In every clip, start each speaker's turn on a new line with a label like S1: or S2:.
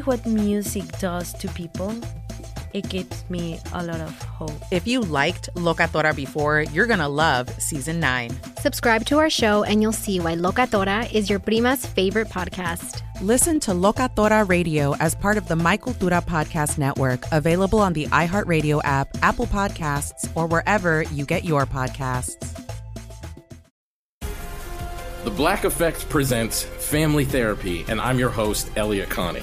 S1: what music does to people, it gives me a lot of hope.
S2: If you liked Locatora before, you're going to love Season 9.
S3: Subscribe to our show and you'll see why Locatora is your prima's favorite podcast.
S2: Listen to Locatora Radio as part of the Michael Dura Podcast Network, available on the iHeartRadio app, Apple Podcasts, or wherever you get your podcasts.
S4: The Black Effect presents Family Therapy, and I'm your host, Elliot Connie.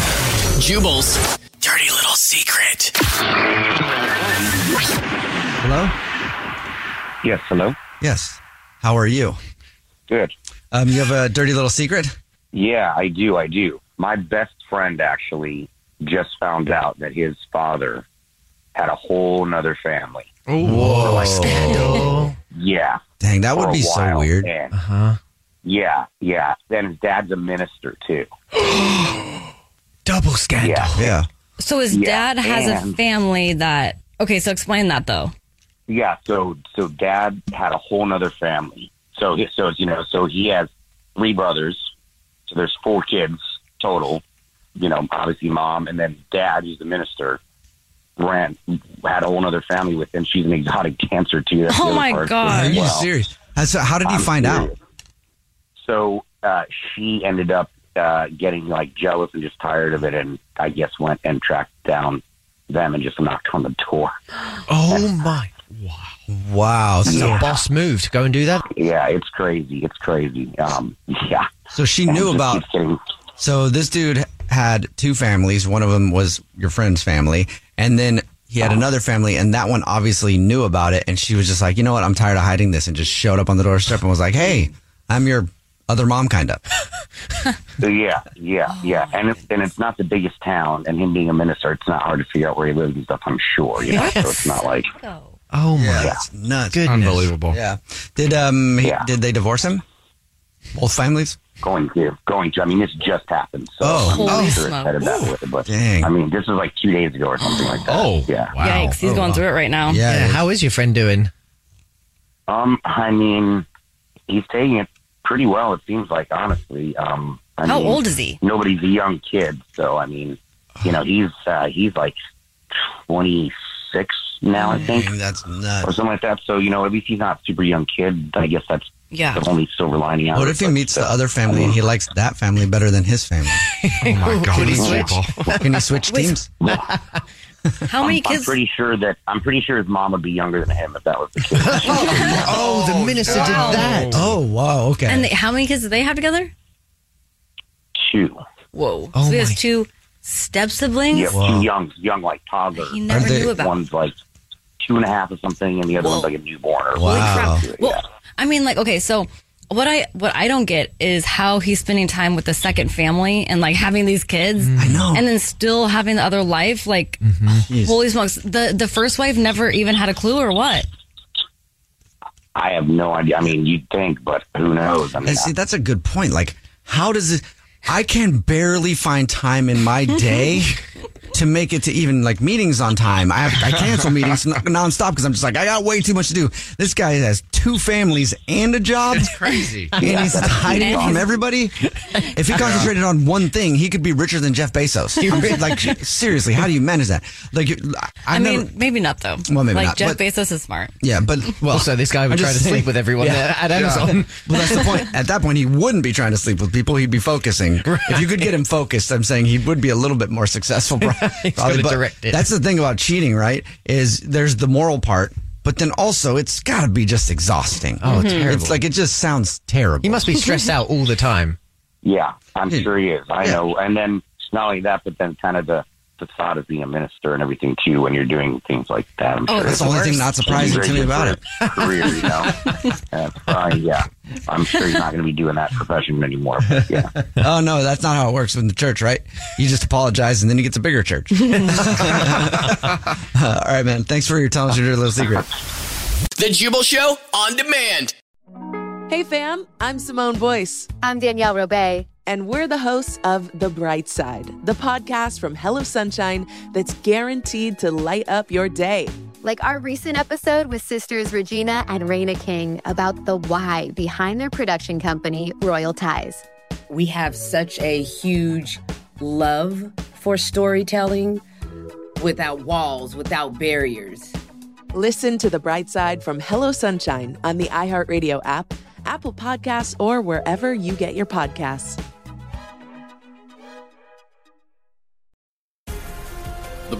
S5: Jubal's dirty little secret.
S6: Hello?
S7: Yes, hello.
S6: Yes. How are you?
S7: Good.
S6: Um, you have a dirty little secret?
S7: Yeah, I do. I do. My best friend actually just found out that his father had a whole nother family.
S6: Whoa.
S7: Yeah.
S6: Dang, that would
S7: for a
S6: be so
S7: while.
S6: weird.
S7: And
S6: huh.
S7: yeah, yeah. And his dad's a minister too.
S6: Double scandal. Yeah.
S8: So his
S7: Yeah,
S8: dad has a
S7: and-
S8: family that. Okay, so explain that though.
S7: Yeah, so so dad had a whole nother family. So he, so you know, so he has three brothers. So there's four kids total. You know, obviously mom and then dad, who's the minister, ran had a whole nother family with him. She's an exotic cancer too. That's the
S8: Oh
S7: other
S8: my
S7: part.
S8: God.
S6: Are you
S7: Well,
S6: serious? Uh, So how did he
S7: I'm
S6: find out?
S7: serious. So uh, she ended up uh, getting like jealous and just tired of it, and I guess went and tracked down them and just knocked on the door.
S6: Oh my. Wow. So,
S5: boss moved. Go and do that.
S7: Yeah, it's crazy. It's crazy. Um, yeah.
S6: so she
S7: And
S6: knew
S7: just
S6: about.
S7: keeps getting-
S6: So this dude had two families. One of them was your friend's family, and then he had another family, and that one obviously knew about it. And she was just like, you know what? I'm tired of hiding this, and just showed up on the doorstep and was like, hey, I'm your other mom, kind of.
S7: Yeah, yeah, yeah. And it's and it's not the biggest town. And him being a minister, it's not hard to figure out where he lives and stuff. I'm sure. You know? So it's not like
S5: Oh my.
S6: Yeah, that's nuts.
S5: Unbelievable.
S6: Yeah. Did um he,
S7: Yeah.
S6: did they divorce him? Both families?
S7: going to going to. I mean, this just happened. So
S6: Oh.
S7: I'm not
S8: Holy
S7: sure it's
S8: smoke.
S7: headed that way. But
S6: Dang.
S7: I mean, this was like two days ago or something like that.
S5: Oh.
S7: yeah.
S5: Wow.
S8: Yikes, he's
S6: Oh,
S8: going
S6: wow.
S8: through it right now.
S6: Yeah.
S5: How is your friend doing?
S7: Um, I mean, he's taking it pretty well. It seems like honestly. Um, I
S8: How
S7: mean,
S8: old is he?
S7: nobody's a young kid, so I mean, you know, he's uh, he's like twenty six now, I think,
S6: Dang, that's
S7: or
S6: nuts.
S7: something like that. So you know, at least he's not super young kid. I guess that's
S8: Yeah.
S7: the only silver lining. out
S6: What
S7: of
S6: if
S7: it,
S6: he
S7: but
S6: meets the
S7: still.
S6: other family and he likes that family better than his family?
S5: Oh my God.
S6: Can he switch teams?
S8: How many
S7: I'm, I'm
S8: kids?
S7: pretty sure that I'm pretty sure his mom would be younger than him if that was the case.
S5: Oh, the minister did that.
S6: Oh wow, okay.
S8: And they, how many kids do they have together?
S7: two,
S8: Whoa.
S6: Oh
S8: so he has
S6: my-
S8: two step siblings.
S7: yeah,
S6: Wow.
S7: two young, young like toddlers.
S8: He never
S6: Are they-
S8: knew about.
S7: One's like two and a half or something, and the other
S8: Whoa.
S7: one's like a newborn. Or
S8: Holy
S6: Wow.
S8: crap.
S7: Yeah.
S8: Well, I mean, like, okay, so what I what I don't get is how he's spending time with the second family and like having these kids. I know, and then still having the other life. Like, holy smokes! The the first wife never even had a clue or what.
S7: I have no idea. I mean, you'd think, but who knows? I mean,
S6: And see, that's a good point. Like, how does it? I can barely find time in my day to make it to even like meetings on time. I have, I cancel meetings n- nonstop because I'm just like I got way too much to do. This guy has two families and a job.
S5: It's crazy.
S6: and he's hiding
S5: Yeah.
S6: from everybody. If he concentrated on one thing, he could be richer than Jeff Bezos. I'm- like seriously, how do you manage that? Like, you-
S8: I,
S6: I, I've
S8: mean,
S6: never-
S8: maybe not though.
S6: Well, maybe
S8: like
S6: not,
S8: Jeff
S6: but-
S8: Bezos is smart.
S6: yeah, but well,
S5: Also, this guy would
S6: I'm
S5: try
S6: just
S5: to sleep with everyone at- at Amazon.
S6: well, that's the point. At that point, he wouldn't be trying to sleep with people. He'd be focusing. If you could get him focused, I'm saying he would be a little bit more successful. prob- Probably,
S5: gonna
S6: but
S5: direct it.
S6: That's the thing about cheating, right? Is there's the moral part, but then also it's got to be just exhausting.
S5: Oh, Mhm. terrible.
S6: It's like it just sounds terrible.
S5: He must be stressed out all the time.
S7: Yeah, I'm sure he is. I
S5: Yeah.
S7: know. And then not only that, but then kind of the the thought of being a minister and everything too when you're doing things like that. I'm
S6: Oh,
S7: sure
S6: that's
S7: it's
S6: the only thing not surprising to me
S7: dangerous
S6: about
S7: for his Career, you know. That's probably, yeah, I'm sure he's not going to be doing that profession anymore. But yeah,
S6: oh no, that's not how it works in the church, right? You just apologize and then he gets a bigger church. Uh, all right, man. Thanks for your telling us your dirty little secret.
S9: The Jubal Show on demand.
S10: Hey, fam, I'm Simone Boyce. I'm Danielle Robay. And we're the hosts of The Bright Side, the podcast from Hello Sunshine that's guaranteed to light up your day.
S3: Like our recent episode with sisters Regina and Raina King about the why behind their production company, Royal Ties.
S11: We have such a huge love for storytelling without walls, without barriers.
S10: Listen to The Bright Side from Hello Sunshine on the iHeartRadio app, Apple Podcasts, or wherever you get your podcasts.
S4: The